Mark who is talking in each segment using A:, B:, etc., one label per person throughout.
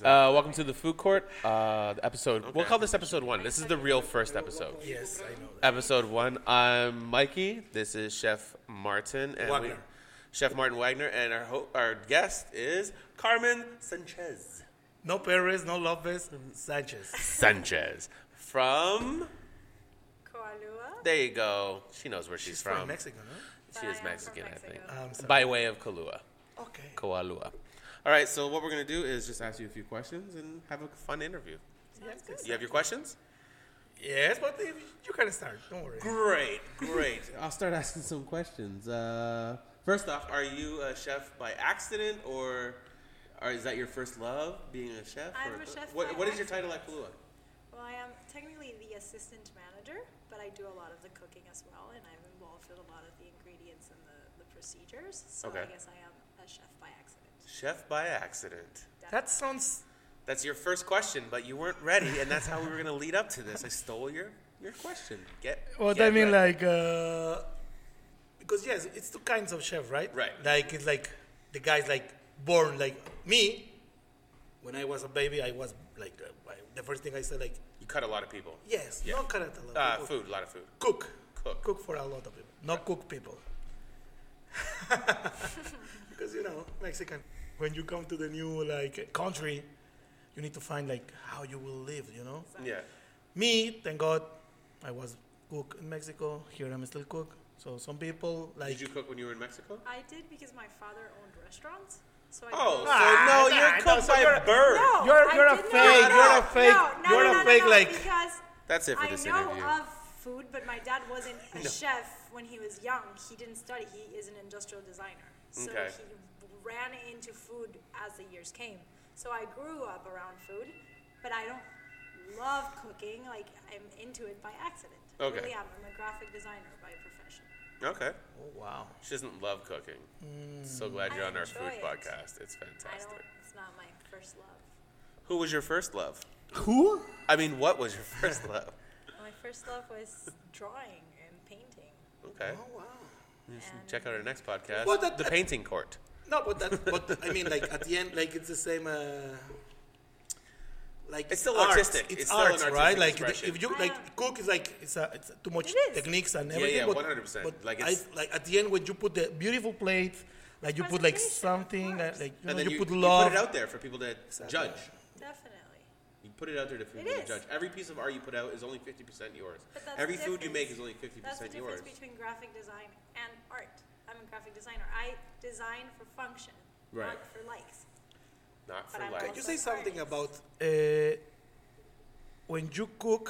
A: Uh, welcome to the food court uh, episode. We'll call this episode one. This is the real first episode.
B: Yes, I know that.
A: Episode one. I'm Mikey. This is Chef Martin and we,
B: Wagner.
A: Chef Martin Wagner, and our ho- our guest is Carmen Sanchez.
B: No Perez, no Lopez, Sanchez.
A: Sanchez from.
C: Koalua.
A: There you go. She knows where she's,
B: She's
A: from.
B: from Mexico, no?
A: She is
C: I am from
A: Mexican, I
C: Mexico.
A: think.
B: I'm sorry.
A: By way of Kahlua.
B: Okay.
A: Koalua. All right, so what we're going to do is just ask you a few questions and have a fun interview.
C: Sounds good.
A: You have your questions?
B: Yes, but if you can start. Don't worry.
A: Great, great. I'll start asking some questions. Uh, first off, are you a chef by accident or, or is that your first love, being a chef?
C: I'm
A: or-
C: a chef
A: What,
C: by
A: what is your title at Kahlua?
C: Well, I am technically the assistant manager, but I do a lot of the cooking as well, and I'm involved with a lot of the ingredients and the, the procedures. So
A: Okay.
C: I guess I am a chef by accident.
A: Chef by accident.
B: That sounds.
A: That's your first question, but you weren't ready, and that's how we were going to lead up to this. I stole your, your question. Get
B: What
A: get
B: I mean,
A: ready.
B: like, uh, because yes, it's two kinds of chef, right?
A: Right.
B: Like it's like the guys like born like me. When I was a baby, I was like uh, I- the first thing I said like
A: You cut a lot of people.
B: yes,
A: Yeah.
B: no character.
A: Uh, food, a lot of food.
B: Cook.
A: Cook.
B: Cook for a lot of people. Not cook people. because you know, Mexican. When you come to the new like country, you need to find like how you will live, you know?
A: Yeah.
B: Me, thank God, I was cook in Mexico. Here I'm still cook. So some people like
A: Did you cook when you were in Mexico?
C: I did because my father owned restaurants, so I.
A: Oh,
C: grew
A: so
C: up-
B: Ah,
A: no, you're
B: no,
A: cooked
B: so
A: by
B: you're-
A: birth.
C: No,
B: You're-
C: I
B: you're a
C: did not.
B: fake,
C: No,
B: you're a
C: no,
B: fake,
C: no,
B: you're
C: no,
B: a
C: no, no,
B: fake,
C: no,
B: like-
C: Because
A: That's it for
C: I
A: this
C: know
A: interview.
C: of food, but my dad wasn't a chef when he was young. He didn't study. He is an industrial designer, so
A: Okay.
C: he ran into food as the years came. So I grew up around food, but I don't love cooking. Like I'm into it by accident.
A: Okay.
C: I really am. I'm a graphic designer by profession.
A: Okay.
B: Oh, wow.
A: She doesn't love cooking.
B: Hmm.
A: So glad you're
C: I
A: on our food
C: enjoy it.
A: podcast. It's
C: I don't.
A: fantastic.
C: It's not my first love.
A: Who was your first love?
B: Who?
A: I mean, what was your first love?
C: My first love was drawing and painting.
A: Okay.
B: Oh wow.
C: And
A: Check out our next podcast.
B: Well, that-
A: the
B: that-
A: painting court.
B: No, but that, but I mean, like at the end, like it's the same. Uh, like
A: It's still
B: art.
A: artistic.
B: It's,
A: It's still an
B: art,
A: artistic
B: right? Like the,
A: expression.
B: if you like cook, is like it's, a, it's too much
C: Ah. It is.
B: techniques and
A: Yeah,
B: everything.
A: yeah,
B: but-
A: 100%.
B: But
A: Like,
B: like,
A: it's-
B: like at the end, when you put the beautiful plate, like you put like
C: Presentation, of
B: something, uh,
C: course.
B: like you,
A: And
B: know,
A: then
B: you,
A: you,
B: put love.
A: You put it out there for people to judge.
C: Definitely.
A: You put it out there to people
C: It
A: to
C: is.
A: judge. Every piece of art you put out is only 50% yours.
C: But that's
A: Every
C: the
A: food you make is
C: difference.
A: only 50%
C: That's the
A: yours.
C: difference between graphic design and art. I'm a graphic designer. I design for function,
A: Right.
C: not for likes.
A: Not for
C: But I'm
A: life.
C: also-
B: Can you say something about
C: artists.
B: uh, when you cook?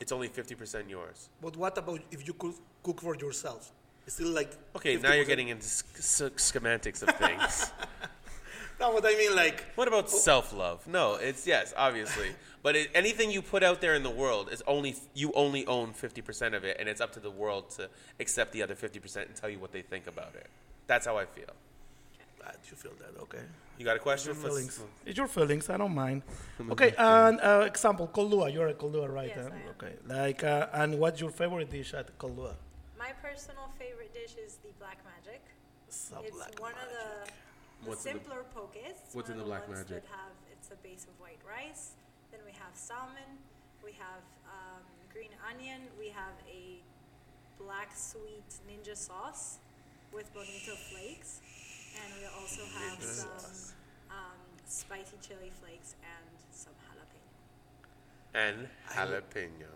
A: It's only 50% yours.
B: But what about if you cook, cook for yourself? It's still like
A: Okay, now you're
B: 50%.
A: getting into sch- sch- schematics of things.
B: No, what I mean, like
A: What about self love? Oh. No, it's yes, obviously. but it, anything you put out there in the world is only you only own fifty percent of it, and it's up to the world to accept the other fifty percent and tell you what they think about it. That's how I feel.
B: ah, you feel that okay?
A: You got a question?
B: Your
A: Let's-
B: feelings. It's your feelings. I don't mind. Okay, and uh, example, Kolua. You're a Kolua, right?
C: Yes,
B: huh?
C: I am.
B: Okay. Like, uh, and what's your favorite dish at Kolua?
C: My personal favorite dish is the black magic.
B: Sub
C: it's
B: black
C: one
B: magic.
C: of the, the
A: What's in the-
C: simpler pokés.
A: what's in
C: one of
A: the black
C: ones
A: magic?
C: That have it's a base of white rice. Then we have salmon. We have um, green onion. We have a black sweet ninja sauce with bonito flakes, and we also have some um, spicy chili flakes and some jalapeno.
A: And jalapeno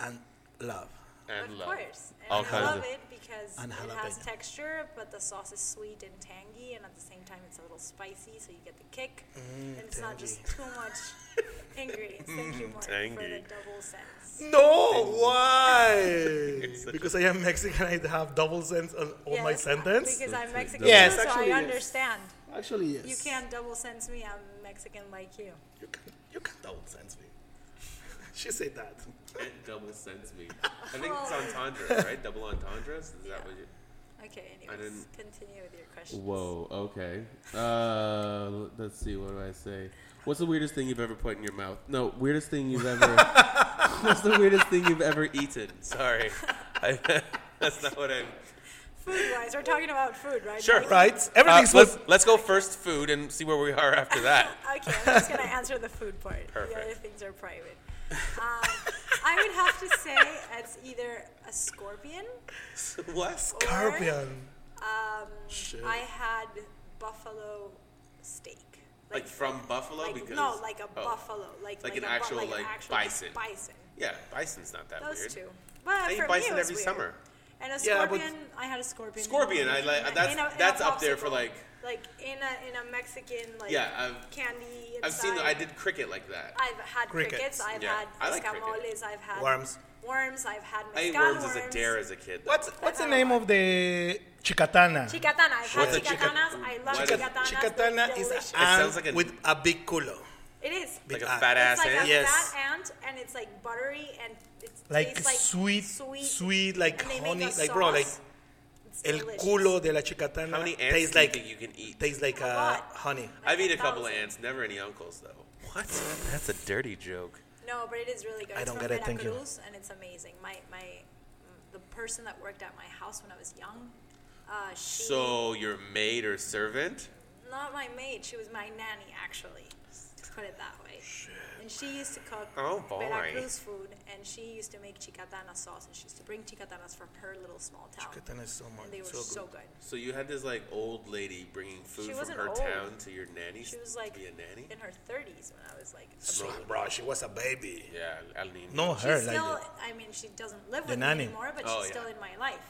B: and love.
A: and
C: of
A: love.
C: course. And
A: All
C: I
A: kinds
C: love
A: of-
C: it because
B: And
C: it has
B: jalapeno.
C: texture, but the sauce is sweet and tangy, and at the same time, it's a little spicy, so you get the kick.
B: Mm,
C: and it's not just too much ingredients. Thank you, Mark, for the
A: Mm, tangy.
C: double sense.
B: No, why? because I am Mexican, I have double sense on all my
C: Yes, I-
B: sentence.
C: Because I'm Mexican,
B: Yes,
C: so
B: actually,
C: I
B: yes.
C: understand.
B: Actually, yes.
C: You can't double sense me. I'm Mexican like you.
B: You can. You can double sense me. she said that.
A: And double sense me. I think it's entendre, right? Double entendres. Is that what you?
C: Okay,
A: I
C: anyways,
A: didn't-
C: continue with your question.
A: Whoa. Okay. Uh, let's see. What do I say? What's the weirdest thing you've ever put in your mouth? No, weirdest thing you've ever. what's the weirdest thing you've ever eaten? Sorry, I, that's not what I'm
C: food wise, we're talking about food, right?
A: Sure.
B: right?
A: Uh,
B: Everything's
A: let's,
B: was
A: let's go first food and see where we are after that.
C: Okay, I'm just gonna answer the food part. The other
A: Perfect.
C: things are private. Um, I would have to say it's either a scorpion
A: what?
C: or
B: Caribbean.
C: Um,
B: Shit.
C: I had buffalo steak.
A: Like from Buffalo?
C: like,
A: because
C: no, like a
A: oh.
C: buffalo, like
A: Like an
C: a bu-
A: actual,
C: an
A: like,
C: actual
A: bison.
C: Bison.
A: Yeah, bison's not that
C: Those
A: weird.
C: two. But
A: I eat
C: for
A: bison
C: me, it was
A: every
C: weird.
A: summer.
C: And a
B: Yeah, but-
C: scorpion, I had a scorpion.
A: Scorpion, I like-
C: In a-
A: that's-
C: in a- in a
A: that's up there for,
C: popsicle.
A: like-
C: like in a in a Mexican like
A: Yeah, I've-
C: candy.
A: I've seen.
C: inside.
A: I did cricket like that.
C: I've had crickets.
B: Crickets.
C: I've
A: Yeah,
C: had
A: I like
C: escamoles.
A: cricket.
C: I've had
B: Worms.
C: Worms. I've had
A: I ate
C: mezcal
A: worms as a dare as a kid.
B: What's what's the name of the chicatana?
C: Chicatana.
A: What's
C: I've had
A: a chica-
C: chicatanas. I love
A: what is-
C: chicatanas.
B: Chicatana
C: They're
B: is
C: delicious.
B: an
A: sounds like a-
B: with a big culo.
C: It is.
A: like a
B: Big eye.
A: fat ass eh?
C: it's like
A: ant?
C: a
B: Yes.
C: fat ant, and it's like buttery and it's
B: Like
C: tastes like
B: sweet,
C: sweet,
B: sweet, like
C: and they make
B: honey,
C: a
B: like bro, like
C: sauce. It's
B: el
C: delicious.
B: culo de la chicatana
A: How many ants
B: tastes
A: do you
B: like
A: think you can eat?
B: tastes like
C: A
B: uh,
C: lot.
B: honey.
A: I've eaten a couple of
C: thousand.
A: ants, never any uncles though. What? That's a dirty joke.
C: No, but it is really good.
B: I
C: It's
B: don't
C: from
B: get it, thank you.
C: Veracruz, and it's amazing. My my, the person that worked at my house when I was young, uh, she
A: So your maid or servant?
C: not my maid. She was my nanny, actually. To put it that way. And she used to cook
A: Oh, boy.
C: Veracruz food, and she used to make chicatana sauce, and she used to bring chicatanas from her little small town.
B: Chicatana is so much
C: and they were
B: so good.
C: so good.
A: So you had this like old lady bringing food
C: She
A: from
C: wasn't
A: her
C: old.
A: town to your nanny.
C: She was like
A: to be a nanny.
C: in her 30s when I was like. a
B: So,
C: baby.
B: bro, she was a baby.
A: Yeah, El Niño.
B: No,
C: She's
B: her like
C: still,
B: that.
C: I mean, she doesn't live
B: The
C: with
B: nanny.
C: me anymore, but
A: Oh,
C: she's
A: yeah.
C: still in my life.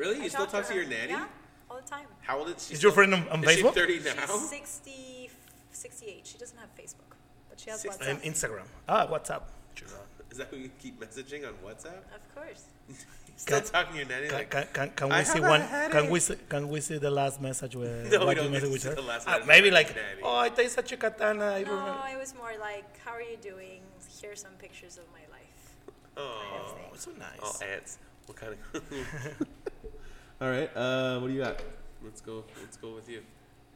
A: Really?
C: I
A: You still
C: to
A: talk to
C: her.
A: your nanny?
C: Yeah, all the time.
A: How old is she?
B: Is your
A: still-
B: friend on- on
A: is
B: Facebook?
A: She 30
C: She's
A: now.
C: 60, 68. She doesn't have Facebook, but she has
A: Six-
C: WhatsApp.
B: And Instagram. Ah, WhatsApp.
A: Is that who you keep messaging on WhatsApp?
C: of course.
A: Still
B: Can-
A: talking to your nanny?
B: Can,
A: like,
B: can, can, can
A: I
B: we see
A: have a
B: one? Can
A: headache.
B: we see, can we see the last message where
A: No, we
B: what
A: don't
B: you
A: get to
B: message with
A: see
B: her?
A: the last
B: Ah,
A: message
B: maybe
A: with
B: like,
A: Daddy.
B: oh, I taste a chicatana. I don't
C: No,
B: know.
C: Oh, it was more like, how are you doing? Here's some pictures of my life.
A: oh,
B: Oh, so nice.
A: all ants. What kind of? all right. Uh, what do you got? Let's go. Let's go with you.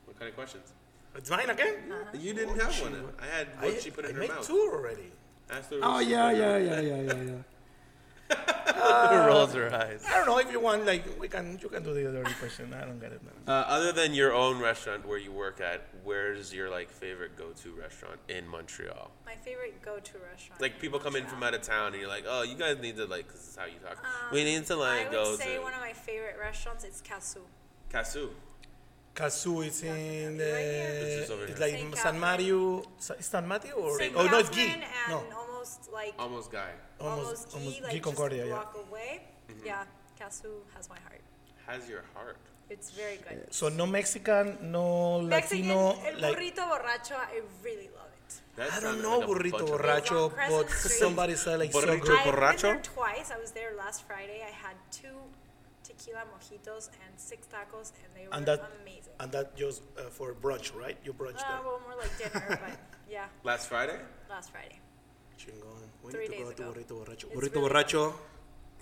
A: What kind of questions?
B: It's mine again.
C: Uh-huh.
A: You didn't have one. I had what she put in
B: I
A: her
B: made
A: mouth.
B: two already.
A: Ask her
B: Oh
A: what she
B: yeah,
A: put in her
B: yeah, yeah, yeah, yeah, yeah.
A: mouth. rolls her eyes.
B: I don't know if you want, like, we can, you can do the other question. I don't get it, man.
A: Uh, other than your own restaurant where you work at, where's your like favorite go-to restaurant in Montreal?
C: My favorite go-to restaurant.
A: Like people come in from out of town and you're like, oh, you guys need to like, 'cause this is how you talk. we need to
C: Um, I
A: like
C: would
A: go
C: say
A: to Oh,
C: one of my favorite restaurants is Casu.
A: Casu.
B: Kazu is in the.
C: It's
A: just over
B: it's
A: here.
B: like
C: Saint
B: San
C: Catherine.
B: Mario. Sa- Is San Mateo or?
C: St.
B: oh no, it's Guy.
C: Catherine
B: No,
C: and almost like
A: Almost guy.
B: almost, almost
C: Guy,
B: Guy
C: like
B: Concordia.
C: just a
B: Yeah.
C: block away.
A: Mm-hmm.
C: Yeah, Casu has my heart.
A: Has your heart.
C: It's very good.
B: So no Mexican, no
C: Mexican,
B: Latino.
C: el
B: like,
C: burrito borracho, I really love it.
A: That
B: I don't
A: sounded
B: know,
A: like a
B: burrito
A: bunch of-
B: borracho,
C: It's on Crescent
B: but
C: Street.
B: somebody said like so
A: Burrito.
B: good.
A: Ay.
C: I've been there
A: borracho?
C: twice. I was there last Friday. I had two tequila mojitos and six tacos, and they were
B: And that,
C: amazing.
B: and that just uh, for brunch, right? You brunch
C: Uh,
B: there.
C: well, more like dinner, but yeah,
A: Last Friday.
C: last Friday.
B: Chingon. We
C: Three
B: need to go
C: days
B: to
C: ago.
B: burrito borracho.
C: It's
B: burrito
C: really
B: borracho.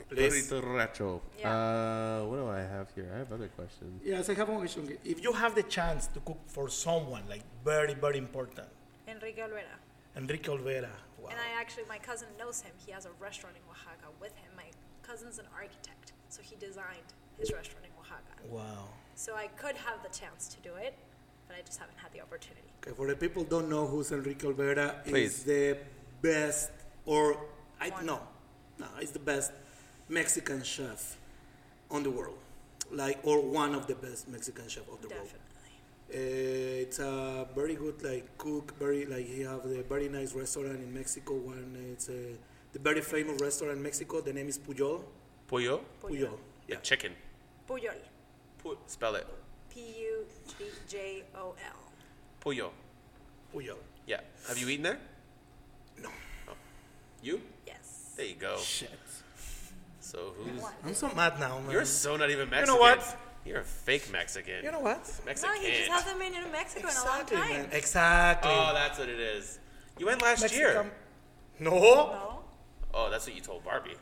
B: Please.
A: Burrito Racho.
C: Yeah.
A: Uh, what do I have here? I have other questions.
B: Yes, I have one question. If you have the chance to cook for someone like very, very important,
C: Enrique Olvera.
B: Enrique Olvera. Wow.
C: And I actually, my cousin knows him. He has a restaurant in Oaxaca with him. My cousin's an architect, so he designed his restaurant in Oaxaca.
B: Wow.
C: So I could have the chance to do it, but I just haven't had the opportunity.
D: Okay, for the people who don't know who's Enrique Olvera,
A: Please.
D: is the best, or I
C: One.
D: no, no, he's the best Mexican chef on the world, like or one of the best Mexican chef of the world.
C: Definitely.
D: Uh, it's a very good like cook, very like he have the very nice restaurant in Mexico. One, it's a, the very famous restaurant in Mexico. The name is Puyol.
A: Pollo.
D: Puyol.
A: Yeah. Chicken.
C: Pujol.
A: Pu- spell it.
C: P U B J O L.
A: Pollo.
B: Puyol.
A: Yeah. Have you eaten there? No. You?
C: Yes.
A: There you go.
D: Shit.
A: So who's?
C: One.
B: I'm so mad now, man.
A: You're so not even
B: You
A: Mexican.
B: know what?
A: You're a fake Mexican.
B: You know what?
C: No,
A: Mexican.
C: he just hasn't been in Mexico in a long time.
B: man. Exactly.
A: Oh, that's what it is. You went last year.
B: Mexican- No.
C: No?
A: Oh, that's what you told Barbie.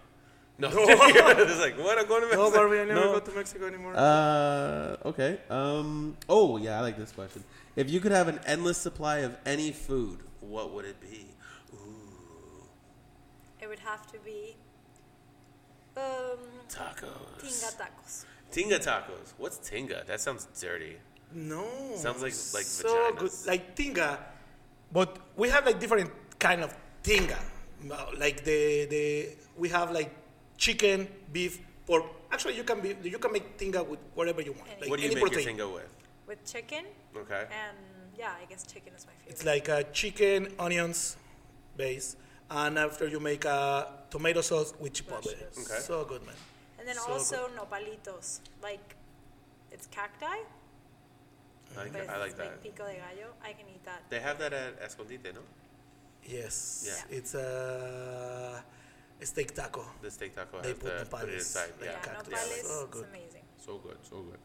A: No, it's like what? I'm going to Mexico.
B: No, Barbie, I never go to Mexico anymore.
A: Uh, okay. Um. Oh, yeah. I like this question. If you could have an endless supply of any food, what would it be?
C: It would have to be um,
A: Tacos.
C: tinga tacos.
A: Tinga tacos. What's tinga? That sounds dirty.
B: No.
A: Sounds like like
B: so
A: vaginas.
B: good, like tinga, but we have like different kind of tinga, like the the we have like chicken, beef, pork. Actually, you can be you can make tinga with whatever you want, like
A: what do you
B: any
A: make
B: protein.
A: your tinga with?
C: with chicken,
A: Okay.
C: and Um, yeah, I guess chicken is my favorite.
B: It's like a chicken, onions base, and after you make a tomato sauce with chipotle.
C: Delicious.
A: Okay.
B: So good, man.
C: and then
B: so
C: also nopalitos, like it's cacti,
A: I like,
C: but
A: I like
C: it's
A: that.
C: like pico de gallo. I can eat that.
A: They have that at Escondite, no?
B: Yes.
A: Yeah.
B: It's a steak taco.
A: The steak taco
B: They
A: has
B: put
A: the,
B: nopales,
A: put it inside.
B: like
A: Yeah.
C: yeah,
B: cacti.
C: nopales,
B: So
C: it's
B: good.
C: amazing.
A: So good, so good.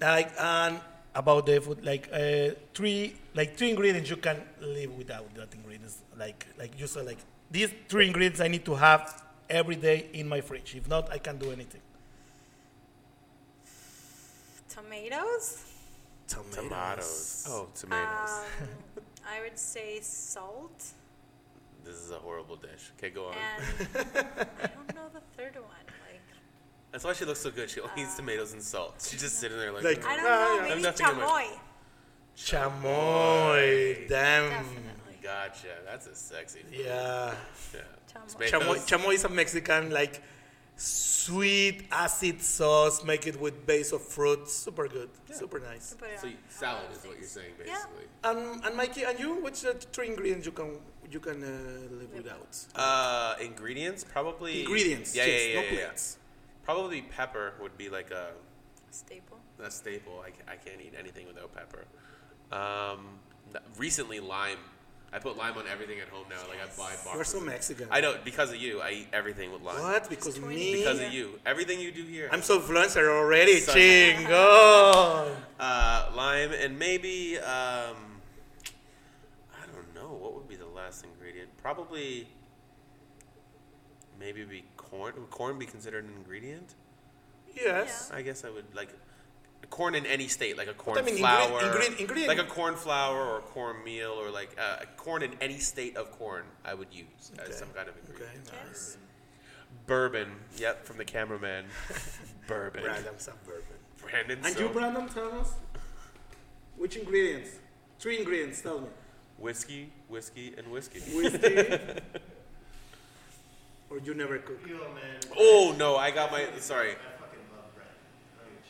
B: like and about the food like uh, three like three ingredients you can live without that ingredients like like you said like these three ingredients i need to have every day in my fridge if not i can't do anything
C: Tomatoes.
A: Tomatoes. Oh, tomatoes.
C: Um, I would say salt,
A: this is a horrible dish. Okay, go on.
C: and I don't know the third one. Like
A: That's why she looks so good. She only
C: um,
A: eats tomatoes and salt. She's just sitting there like,
B: Like-
A: "Mm."
C: I don't
B: Ah, yeah.
C: know,
A: I'm
C: maybe
A: nothing in my-
C: chamoy.
B: chamoy
A: Mm,
B: damn
C: Definitely.
A: gotcha. That's a sexy. Food.
B: yeah
A: yeah.
C: Chamoy.
A: Tomatoes.
B: chamoy, chamoy is a mexican like sweet acid sauce make it with base of fruit super good super nice
C: Put it
A: So
C: on
A: you-
C: a
A: salad
C: lot of
A: is what you're
C: things.
A: saying,
C: Yeah.
A: basically.
B: um, and mikey and you which uh, three ingredients you can you can uh, live without
A: Uh, ingredients probably.
B: ingredients
A: Yeah,
B: yes,
A: yeah, yeah,
B: no
A: yeah, yeah.
B: plates
A: Probably pepper would be like a,
C: Staple.
A: a staple. I, ca- I can't eat anything without pepper. Um, th- recently lime. I put lime on everything at home now. Like I buy boxes.
B: We're so
A: of-
B: Mexican.
A: I know because of you. I eat everything with lime.
B: What? Because me?
A: Because of you. Everything you do here.
B: I'm so influencer already.
A: Son.
B: Chingo.
A: uh, lime and maybe um, I don't know what would be the last ingredient. Probably maybe be corn. Would corn be considered an ingredient?
B: Yes.
A: I guess I would like corn in any state, like a corn
B: I mean, ingre-
A: flour,
B: ingre- ingredient-
A: like a corn flour or corn meal or like uh, corn in any state of corn. I would use
B: Okay.
A: as some kind of ingredient.
B: Okay.
C: Yes.
A: Bourbon. Yep, from the cameraman. Bourbon.
B: Brandon suburban.
A: Brandon.
D: And
A: so-
D: you, Brandon, tell us which ingredients? Three ingredients, tell me.
A: whiskey, whiskey, and whiskey.
D: Whiskey. or you never cook.
A: Oh no, I got my sorry.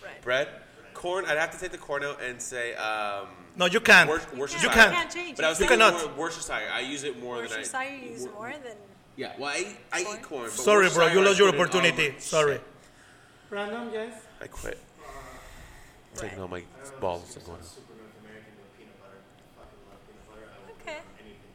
C: Right.
A: Bread, corn. I'd have to take the corn out and say um,
B: No, you can't.
A: Wor- Worcestershire.
B: You can't.
C: You can't change
A: But I was
C: it.
B: You
A: thinking
B: cannot.
A: more Worcestershire. I use it more than I.
C: Worcestershire you use more than
A: Yeah, well, I, I
C: Corn?
A: eat corn. But
B: Sorry, bro. You
A: Worcestershire, I
B: lost your
A: put in all my
B: opportunity.
A: shit.
B: Sorry.
D: Brandon, yes?
A: I quit. I'm taking all my
E: don't know,
A: balls
E: this
A: and
E: is
A: going.
E: gonna sound Super North American, but peanut butter. I fucking love peanut butter. I would put
C: Okay.
E: it on anything,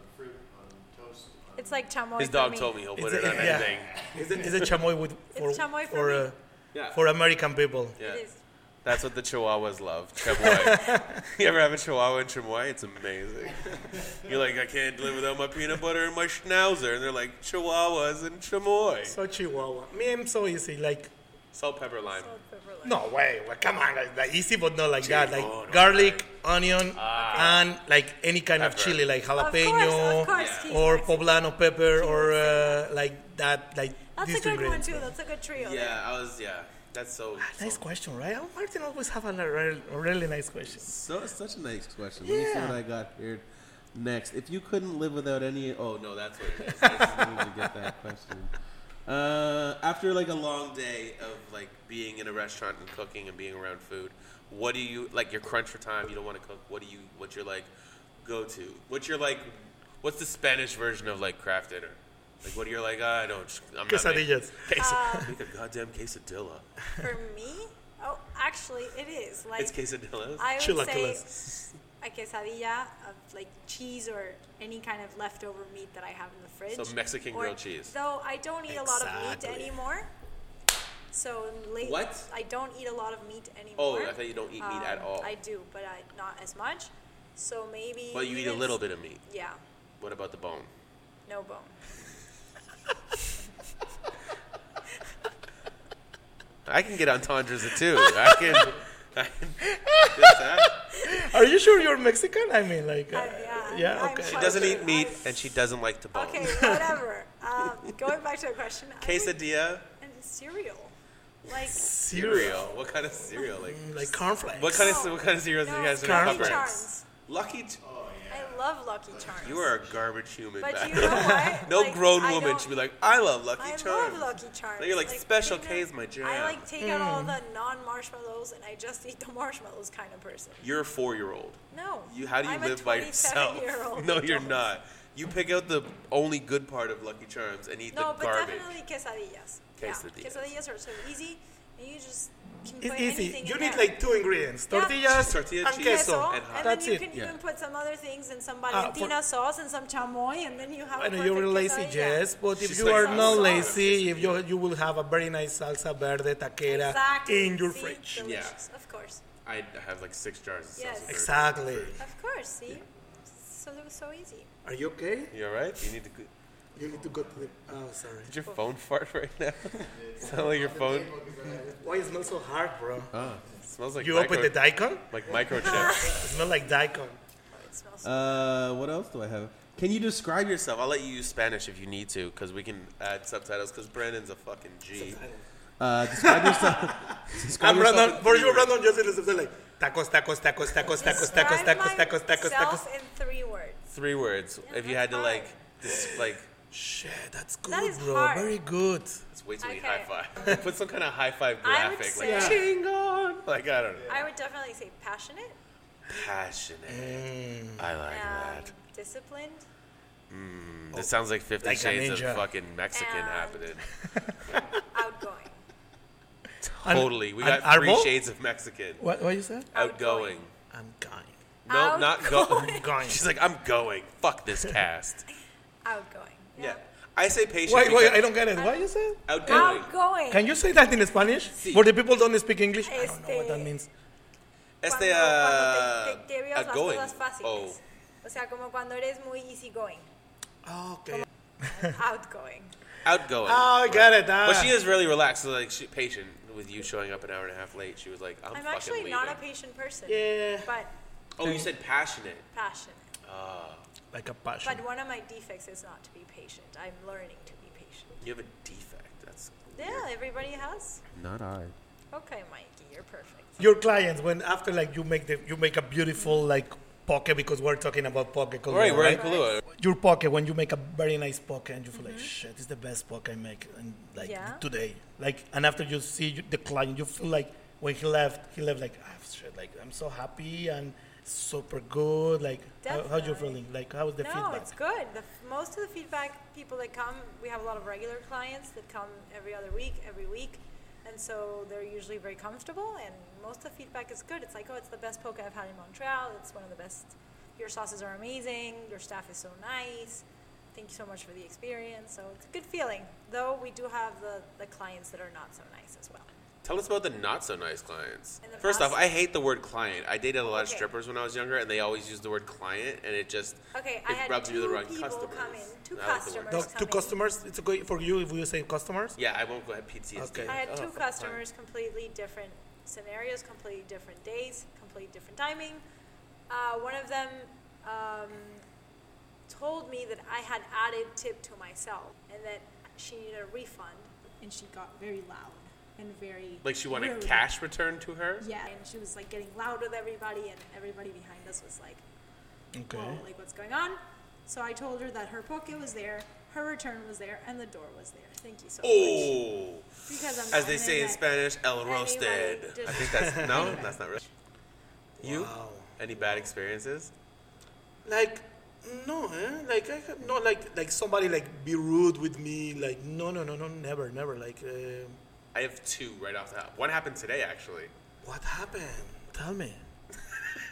E: on fruit, on toast. On
C: it's like chamoy.
A: His
C: for
A: dog
C: me.
A: told me he'll put it
B: It's a-
A: on
B: yeah.
A: anything.
B: Is it, is it chamoy with for
C: chamoy for
B: for,
C: me.
B: uh,
A: Yeah.
B: for American people?
A: yeah.
C: It is.
A: That's what the Chihuahuas love. Chamoy. you ever have a Chihuahua in Chamoy? It's amazing. You're like, I can't live without my peanut butter and my schnauzer, and they're like Chihuahuas and Chamoy.
B: So Chihuahua. Me, I'm so easy. Like
A: Salt, pepper, lime.
C: Salt, pepper, lime.
B: no way. Well, come on, like, like, easy, but not like that.
A: Chihuahua,
B: Like
A: no Ah.
B: garlic, onion, and like any kind of
A: Pepper.
B: chili, like
C: Of course,
B: jalapeno
C: of course,
A: Yeah.
C: he's
B: or
C: Mexican.
B: poblano pepper or uh, like that. Like
C: That's
B: these
C: a
B: two
C: good one
B: ingredients. Ah,
C: too. That's a good trio. there.
A: Yeah, I was. Yeah, that's so.
B: Nice question, right? Oh, Martin always have a really, really nice question.
F: So such a nice question. Let me see what
B: Yeah.
F: I got here next. If you couldn't live without any, oh no, that's what it is. I just wanted to get that question. Uh,
A: After like a long day of like being in a restaurant and cooking and being around food, what do you like? You're crunch for time. You don't want to cook. What do you? What's your like go to? What's your like? What's the Spanish version of like craft dinner? Like what are you like? "Ah, I don't. I'm not making-
B: Quesadillas.
C: Uh,
A: Quesad- Make a goddamn quesadilla.
C: For me, oh, actually, it is like
A: It's quesadillas.
C: I would say
B: Chilaquiles.
C: a quesadilla of like cheese or any kind of leftover meat that I have in the fridge.
A: So Mexican
C: Or-
A: grilled cheese.
C: Though I don't eat a lot of meat
B: Exactly.
C: anymore. So late,
A: What?
C: I don't eat a lot of meat
A: oh,
C: anymore.
A: I thought you don't eat meat at
C: Um,
A: all.
C: I do, but I, not as much. So maybe.
A: Well, you eat a
C: even-
A: little bit of meat.
C: Yeah,
A: What about the bone?
C: no bone.
A: I can get entendres too. I can. I can uh, just that.
B: Are you sure you're Mexican? I mean, like, uh,
C: I- yeah,
B: yeah,
C: I'm
B: okay.
C: She
A: She doesn't
C: Okay,
A: eat meat
C: I-
A: and she doesn't like to bone.
C: Okay, whatever. um, going back to the question. I would-
A: Quesadilla.
C: and cereal. Like
A: Cereal. What kind of cereal? Like
B: like cornflakes.
A: what kind of what kind of cereals do
C: no,
A: you guys in
B: Lucky
A: your
C: Lucky
A: cupboards?
C: Charms.
A: Lucky. Ch-
C: I love Lucky Charms.
A: you are a garbage human.
C: But
A: back
C: you know
A: then.
C: what?
A: no
C: Like,
A: grown
C: I
A: woman
C: don't-
A: should be like, I love Lucky
C: I
A: Charms.
C: love Lucky Charms.
A: Like, you're like, "Special
C: take
A: K's
C: out-
A: my
C: I
A: jam."
C: like take out
B: Mm.
C: all the non-marshmallows and I just eat the marshmallows kind of person.
A: you're a four year old.
C: No.
A: You how do you
C: I'm
A: live
C: a
A: by yourself?
C: 27-year-old
A: No, you're
C: adult.
A: not. You pick out the only good part of Lucky Charms and eat
C: No,
A: the
C: but
A: garbage.
C: definitely quesadillas.
A: Quesadillas.
C: Yeah, quesadillas are so easy, and you just can
B: It's
C: put
B: easy.
C: anything
B: You
C: in
B: need
C: there.
B: like two ingredients:
C: Yeah.
B: tortillas
A: Tortilla
B: and
A: cheese.
B: queso.
A: and
C: and,
A: hot.
B: That's
C: then you
B: it. Ah,
C: can
F: Yeah.
C: even put some other things and some
B: for-
C: Valentina sauce and some chamoy, and then you have.
B: And
C: a
B: you're
C: perfect
B: lazy,
C: quesadilla.
B: yes, but if
A: She's
B: you
A: like,
B: are
A: "I'm
B: not
A: sorry."
B: lazy, if you you will have a very nice salsa verde taquera
C: Exactly.
B: in your
C: See?
B: fridge.
C: Delicious. Of course.
A: I have like six jars of
C: Yes.
A: salsa. verde.
B: Exactly.
C: Of course. See. So that was so easy. Oh,
D: Are you okay?
A: You alright? You need to. go-
D: You need to go to the. Oh, sorry.
A: Did your phone fart right now? Sound like your phone
D: Why it smells so hard, bro?
F: Ah.
A: smells like
B: You
A: micro,
B: open the daikon.
A: like microchips.
B: It smells like daikon.
C: It smells.
F: Uh, what else do I have? Can you describe your?
A: Yourself. I'll let you use Spanish if you need to, because we can add subtitles. Because Brandon's a fucking G.
F: Uh, describe yourself. describe
B: I'm
F: yourself
B: Brandon.
F: in
B: For
F: three
B: you,
F: words.
B: Brandon, just listen to like tacos, tacos, tacos, tacos, tacos, tacos, tacos, tacos, tacos, tacos.
C: Self in three words.
A: Three words.
C: Yeah,
A: if you had to
C: that's
A: like,
C: hard.
A: dis- like,
B: Shit, that's good,
C: That is
B: bro.
C: hard.
B: Very good.
A: it's way too many
C: Okay.
A: high five. Put some kind of high five
C: I would
A: graphic,
C: say-
A: like ching on. Like I don't know.
C: I would definitely say passionate.
A: Passionate.
B: Mm.
A: I like
C: Um,
A: that. Mm,
C: disciplined.
A: This sounds like Fifty
B: Oh. Like a
A: Shades of
B: ninja.
A: fucking Mexican
C: And-
A: happening.
C: Outgoing.
A: Totally. We
B: an
A: got three
B: arbol?
A: shades of Mexican.
B: What? What you said?
A: Outgoing.
B: I'm going.
A: No, not go.
C: Outgoing.
B: Going.
A: She's like, I'm going. Fuck this cast.
C: Outgoing.
A: yeah. I say patient.
B: Wait, wait,
A: because-
B: I don't get it. What you said?
A: Outgoing.
C: Outgoing.
B: Can you say that in Spanish?
A: Sí.
B: For the people don't speak English, I don't know
C: Este-
B: what that means.
A: Este,
C: cuando
A: uh,
C: te, te- te veo las
A: outgoing.
C: cosas
A: Oh,
C: fáciles. O sea, como cuando eres muy easygoing,
A: Ah,
B: Oh, okay.
C: outgoing.
A: outgoing.
B: Oh, I got it. Ah.
A: But she is really relaxed. So like, she, patient with you showing up an hour and a half late. She was like, I'm,
C: I'm
A: fucking
C: actually
A: leaving.
C: not a patient person,
B: Yeah.
C: but
A: oh, you said passionate.
C: passionate.
B: Ah. Like a passion.
C: But one of my defects is not to be patient. I'm learning to be patient.
A: You have a defect. That's
C: Yeah, everybody has.
F: Not I.
C: Okay, Mikey, you're perfect.
B: Your clients, when after like you make the you make a beautiful like pocket because we're talking about pocket
A: all
B: culture,
A: right. We're in
B: right?
A: Kahlua.
B: Your pocket when you make a very nice pocket and you feel like shit, it's the best pocket I make and like
C: Mm-hmm. Yeah.
B: today. Like and after you see you- the client, you feel like when he left, he left like ah shit, like I'm so happy and super good. Like how, how's your
C: Definitely.
B: feeling? Like how's the
C: no,
B: feedback?
C: it's good. The, f- most of the feedback, people that come, we have a lot of regular clients that come every other week, every week. And so they're usually very comfortable, and most of the feedback is good. It's like, oh, it's the best poke I've had in Montreal. It's one of the best. Your sauces are amazing. Your staff is so nice. Thank you so much for the experience. So it's a good feeling, though we do have the, the clients that are not so nice as well.
A: Tell us about the not so nice clients.
C: And the
A: First off, I
C: process.
A: hate the word client. I dated a lot of
C: Okay.
A: strippers when I was younger, and they always used the word client, and it just
C: Okay,
A: it
C: I had
A: rubs you the
C: two
A: wrong
C: people
A: customers.
C: come in, two
A: I like the word
B: No,
C: customers.
A: cust-
C: First
B: two
C: coming.
B: customers. It's okay for you if you say customers.
A: Yeah, I won't go ahead PTSD.
B: Okay.
A: Like,
C: I had
A: oh,
C: two
A: fuck, client.
C: customers, completely different scenarios, completely different days, completely different timing. Uh, one of them um, told me that I had added tip to myself and that she needed a refund. And she got very loud and very.
A: Like she wanted
C: rude.
A: cash returned to her.
C: Yeah, and she was like getting loud with everybody, and everybody behind us was like,
B: Okay.
C: whoa, like what's going on? So I told her that her poke was there, her return was there, and the door was there. Thank you so much.
A: Oh,
C: Because I'm
A: as
C: not
A: they
C: gonna
A: say in
C: get-
A: Spanish, el
C: anybody
A: roasted.
C: just-
A: I think that's no, that's not real. You
D: Wow.
A: any bad experiences?
D: Like, no, eh? Like, I have no, like, like somebody like be rude with me. Like, no, no, no, no, never, never. Like, um
A: I have two right off the top. One happened today, actually.
D: what happened?
B: Tell me.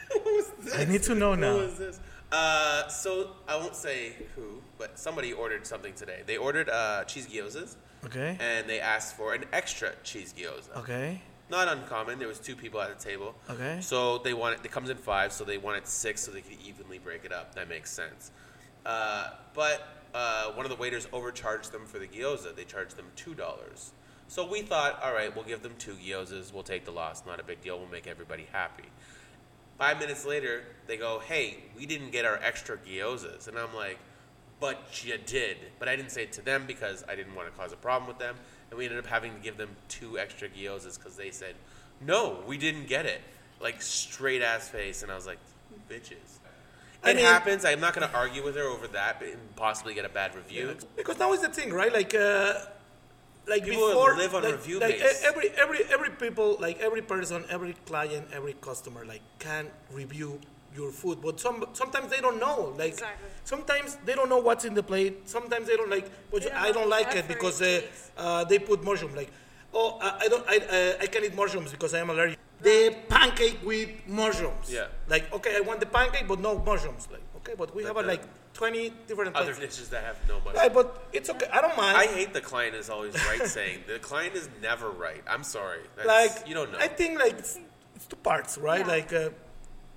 A: what was this?
B: I need to know now.
A: What was this? Uh, so I won't say who, but somebody ordered something today. They ordered uh, cheese gyozas,
B: Okay.
A: and they asked for an extra cheese gyoza.
B: Okay.
A: Not uncommon. There was two people at the table.
B: Okay.
A: So they wanted it comes in five, so they wanted six, so they could evenly break it up. That makes sense. Uh, but uh, one of the waiters overcharged them for the gyoza. They charged them two dollars. So we thought, all right, we'll give them two gyozas. We'll take the loss. Not a big deal. We'll make everybody happy. Five minutes later, they go, "Hey, we didn't get our extra gyozas," and I'm like, "But you did." But I didn't say it to them because I didn't want to cause a problem with them. and we ended up having to give them two extra gyozas because they said, "No, we didn't get it." Like straight ass face, and I was like, "Bitches."
B: I
A: it
B: mean-
A: happens. I'm not going to argue with her over that, but and possibly get a bad review.
B: Because now is the thing, right? Like, uh, like
A: People
B: before,
A: live on
B: like,
A: review
B: like, e-
A: base.
B: every every every people, like every person, every client, every customer, like can review your food, but some sometimes they don't know. Like
C: Exactly.
B: sometimes they don't know what's in the plate. Sometimes they don't like. But
C: They don't
B: I
C: know
B: don't
C: the
B: like it
C: effort
B: because
C: it
B: uh,
C: takes.
B: uh, they put mushroom. Like, oh, I, I don't. I uh, I can eat mushrooms because I am allergic. The pancake with mushrooms.
A: Yeah.
B: Like okay, I want the pancake, but no mushrooms. Like okay, but we
A: But
B: have uh,
A: the
B: like twenty different
A: Other
B: types.
A: dishes that have no much.
B: Right, but it's okay. I don't mind.
A: I hate the client is always right saying. The client is never right. I'm sorry. That's,
B: like
A: you don't know.
B: I think like it's, it's two parts, right?
C: Yeah.
B: Like uh,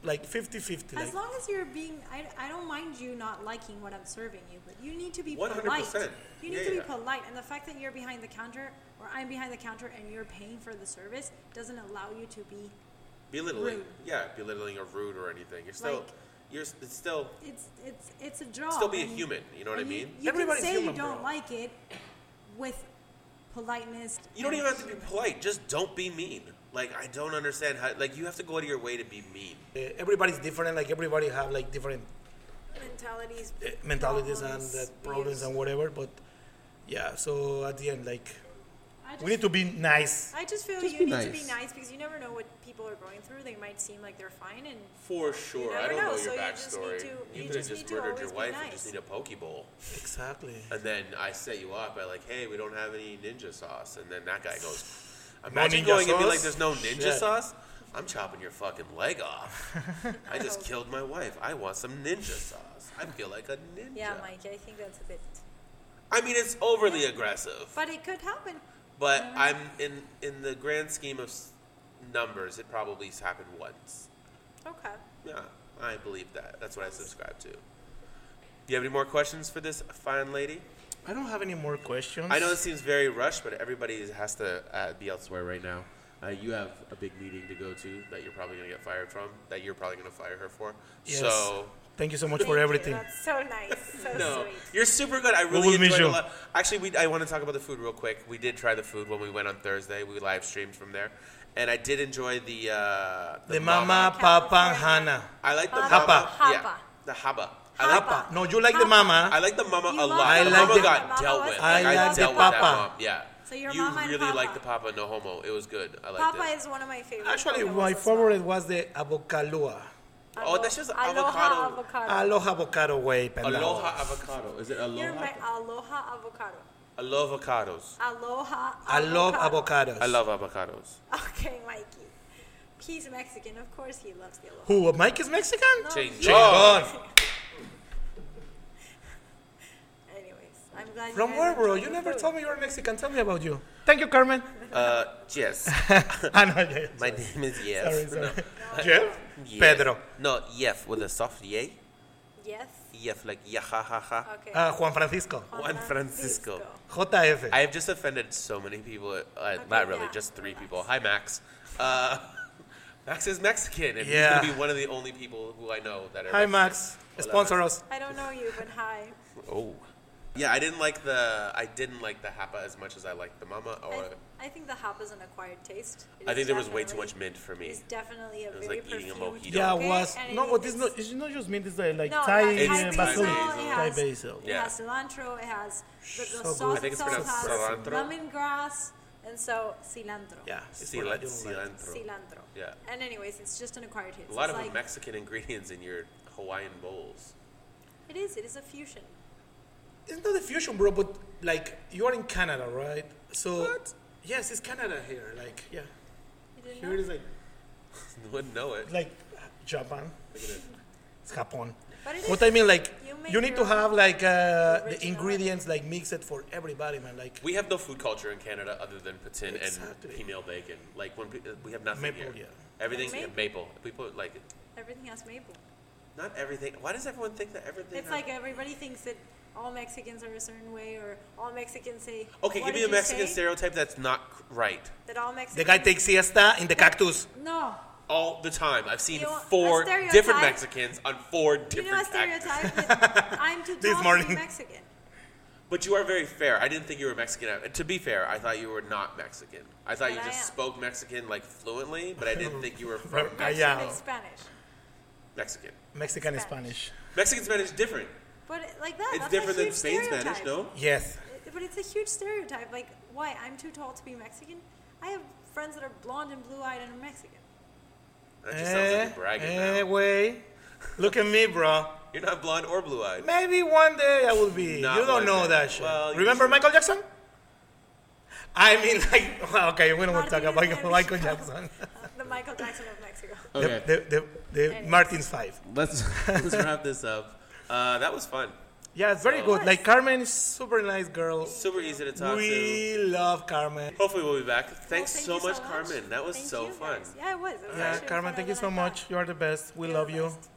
B: like 50-50. Like,
C: As long as you're being, I, I don't mind you not liking what I'm serving you, but you need to be
A: 100%.
C: polite. You need
A: Yeah,
C: to be
A: yeah.
C: polite, and the fact that you're behind the counter or I'm behind the counter and you're paying for the service doesn't allow you to be.
A: belittling.
C: rude.
A: Yeah, belittling or rude or anything. You're still,
C: Like-
A: you're s- it's still,
C: It's it's it's a job.
A: still be a
C: and-
A: human. You know what I
C: and
A: mean?
C: You, you can
B: Everybody's
C: say
B: human,
C: you don't
B: bro.
C: like it with politeness.
A: You don't
C: and
A: even have to be
C: humor.
A: polite. Just don't be mean. Like I don't understand how. Like you have to go out of your way to be mean.
B: uh, everybody's different. Like everybody have like different
C: Mentalities.
B: uh, mentalities
C: problems,
B: and uh, problems
C: views.
B: and whatever. But yeah, so at the end, like
C: I just-
B: we need to be nice.
C: I just feel
F: Just
C: you
F: be
C: need to
F: nice.
C: be nice because you never know what people are going through. They might seem like they're fine, and
A: For sure. I
C: never
A: don't know,
C: know,
A: your
C: so you just need
A: backstory.
C: to- you
A: could have
C: just
A: just
C: need to
A: murdered your
C: always be
A: wife and just
C: nice.
A: need a pokeball.
B: Exactly.
A: And then I set you up by like, hey, we don't have any ninja sauce. And then that guy goes, imagine
B: ninja
A: going and be like,
B: sauce?
A: there's no ninja
B: Shit.
A: sauce. I'm chopping your fucking leg off. I
C: Oh.
A: just killed my wife. I want some ninja sauce. I feel like a ninja.
C: yeah, Mike, I think that's a bit.
A: I mean, it's overly aggressive,
C: But it could happen.
A: but I'm in in the grand scheme of s- numbers, it probably's happened once.
C: Okay.
A: Yeah, I believe that. That's what I subscribe to. Do you have any more questions for this fine lady?
B: I don't have any more questions.
A: I know it seems very rushed, but everybody is- has to uh, be elsewhere right now. Uh, you have a big meeting to go to that you're probably going to get fired from, that you're probably going to fire her for.
B: Yes.
A: So,
B: Thank you so much
C: Thank
B: for
C: you,
B: everything.
C: That's so nice. So
A: no,
C: sweet.
A: you're super good. I really
B: will miss
A: enjoyed
B: you.
A: a lot. Actually, we, I want to talk about the food real quick. We did try the food when we went on Thursday. We live streamed from there, and I did enjoy the uh,
B: the mama, papa, Hannah.
A: I like the
C: Haba.
A: mama. Yeah,
C: Haba.
A: the haba. I like
C: Papa.
B: No, you like the
C: Papa.
B: mama.
A: I like the mama
C: You
A: a
C: love
A: lot.
B: the
A: the
B: mama.
A: mama got
C: Mama
A: dealt
C: was
A: with.
C: good.
A: Like,
B: I
A: I,
B: like the
A: dealt with that
B: papa.
A: mom. Yeah.
C: So your
A: you
C: mama and
A: really
C: papa.
A: like the papa no homo. It was good. I liked
C: Papa
A: it.
C: is one of my favorite.
B: Actually,
C: Pokemons
B: my
C: as well.
B: favorite was the avocalua.
A: Oh, that's just
C: Aloha
A: avocado.
C: avocado.
B: Aloha avocado way, Pendado.
A: Aloha avocado. Is it
C: You're
A: aloha?
C: right. Aloha avocado.
A: I love avocados.
C: Aloha.
B: I love avocados.
A: I love avocados.
C: Okay, Mikey. He's Mexican. Of course, he loves the aloha. Oh.
B: Who? Mike is Mexican?
C: No,
A: Change.
C: he-
B: Chingon.
C: Anyways, I'm glad.
B: From
C: you
B: where, bro? You never told me you were Mexican. Tell me about you. Thank you, Carmen.
A: Uh, yes.
B: I know. yeah,
A: My name is
B: Sorry,
A: Yes.
B: sorry.
A: No.
B: Jeff?
A: Yeah.
B: Pedro.
A: No, Yef with a soft ye.
C: Yes.
A: Yef like yeah ha ha ha.
C: Okay.
B: Uh, Juan Francisco.
A: Juan Francisco.
B: JF.
A: I have just offended so many people. Uh, not really,
C: yeah.
A: just three people. Hi, Max. Uh, Max is Mexican, and he's
B: Yeah.
A: gonna be one of the only people who I know that are.
B: Hi, Max.
A: Hola,
B: Sponsor us.
C: I don't know you, but hi.
A: Oh. Yeah, I didn't like the I didn't like the hapa as much as I liked the mama. Or
C: I, I think the hop is an acquired taste. It
A: I
C: is
A: think there was way too
C: definitely-
A: much mint for me.
C: It's definitely a
A: was
C: very
A: like eating a
C: perfumed
A: mojito.
B: Yeah,
A: Okay,
B: was.
C: and
B: No,
C: it-
B: but it's not, it's not just mint. It's uh, like
C: No, it
B: Thai,
C: has
A: It's
B: uh,
C: Thai
B: basil.
A: basil.
C: basil. It
B: Thai
C: has,
B: basil.
A: Yeah.
C: It has cilantro. It has the, the
B: So
C: sauce
B: good. I
A: think it's
C: itself
A: pronounced
C: has
A: cilantro.
C: lemongrass, and so cilantro.
B: Yeah.
A: Cila-
B: it's what I don't like.
A: cilantro.
C: Cilantro.
A: Yeah.
C: And anyways, it's just an acquired taste.
A: A lot
C: it's
A: of
C: like,
A: Mexican ingredients in your Hawaiian bowls.
C: It is. It is a fusion.
B: It's not a fusion, bro, but like you are in Canada, right? So. Yes, it's Canada here. Like, yeah.
C: You didn't
B: Here
C: know?
B: it is like.
A: Wouldn't know it.
B: Like Japan. It's Japan.
C: But it
B: What
C: is-
B: I mean, like,
C: You
B: you,
C: make
B: need
C: your
B: to
C: own
B: have like uh, the
C: original.
B: ingredients like mixed for everybody, man. Like
A: We have no food culture in Canada other than patin
B: Exactly.
A: and female bacon. Like when pe- we have nothing
B: Maple,
A: here.
B: yeah.
A: Everything's
C: And
A: maple. maple. We put like
C: Everything has maple.
A: not everything. Why does everyone think that everything?
C: It's
A: has-
C: like everybody thinks that all Mexicans are a certain way, or all Mexicans say.
A: okay, give
C: "What
A: me
C: did
A: a
C: you
A: Mexican
C: say?"
A: stereotype that's not c- right
C: That all Mexicans.
B: the guy takes siesta in the cactus.
C: No.
A: all the time. I've seen
C: You know, a
A: four different
C: stereotype-
A: Mexicans on four
C: You know a
A: different. actors.
C: stereotype that I'm too
B: This
C: tall to
B: morning.
C: be Mexican.
A: But you are very fair. I didn't think you were Mexican. at- To be fair, I thought you were not Mexican. I thought you
C: But I
A: just
C: am.
A: spoke Mexican like fluently, but I didn't think you were from
B: Right.
A: Mex-
B: Uh, Yeah.
C: Mexican Spanish.
A: Mexican.
B: Mexican Spanish.
C: Spanish.
A: Mexican Spanish different.
C: But like that,
A: It's
C: that's
A: different
C: a
A: than
C: huge
A: Spain
C: stereotype.
A: Spanish, no?
B: Yes.
C: It- But it's a huge stereotype. Like, why? I'm too tall to be Mexican. I have friends that are blonde and blue eyed and are Mexican.
A: That just sounds like you're bragging
B: eh,
A: now.
B: wait. Look at me, bro.
A: You're not blonde or blue eyed.
B: Maybe one day I will be.
A: Not
B: you
A: one
B: don't know
A: day.
B: that shit.
A: Well, you
B: Remember
A: should.
B: Michael Jackson? I mean, like, well, okay, we don't want to talk
C: Martin
B: about
C: Luther
B: Michael
C: King.
B: Jackson.
C: Uh, The Michael Jackson of Mexico.
F: Okay,
B: The, the, the, the
C: Anyway.
B: Martin's Five.
F: let's
A: Let's wrap this up. Uh, that was fun.
B: Yeah, it's very
A: So-
B: good. Like, Carmen is super nice girl.
A: Super easy to talk to.
B: We love Carmen.
A: Hopefully we'll be back.
C: Well,
A: Thanks
C: thank
A: so
C: you
A: much, Carmen. That was
C: Thank
A: so
C: you
A: fun.
C: guys. Yeah, it was. It was
B: Yeah,
C: actually
B: Carmen,
C: funner
B: thank you
C: than
B: so
C: I
B: much.
C: thought.
B: You are the best. We
C: You're
B: love
C: the
B: you.
C: best.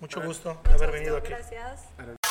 B: Mucho gusto de
C: Muchas
B: haber venido aquí.
C: gracias.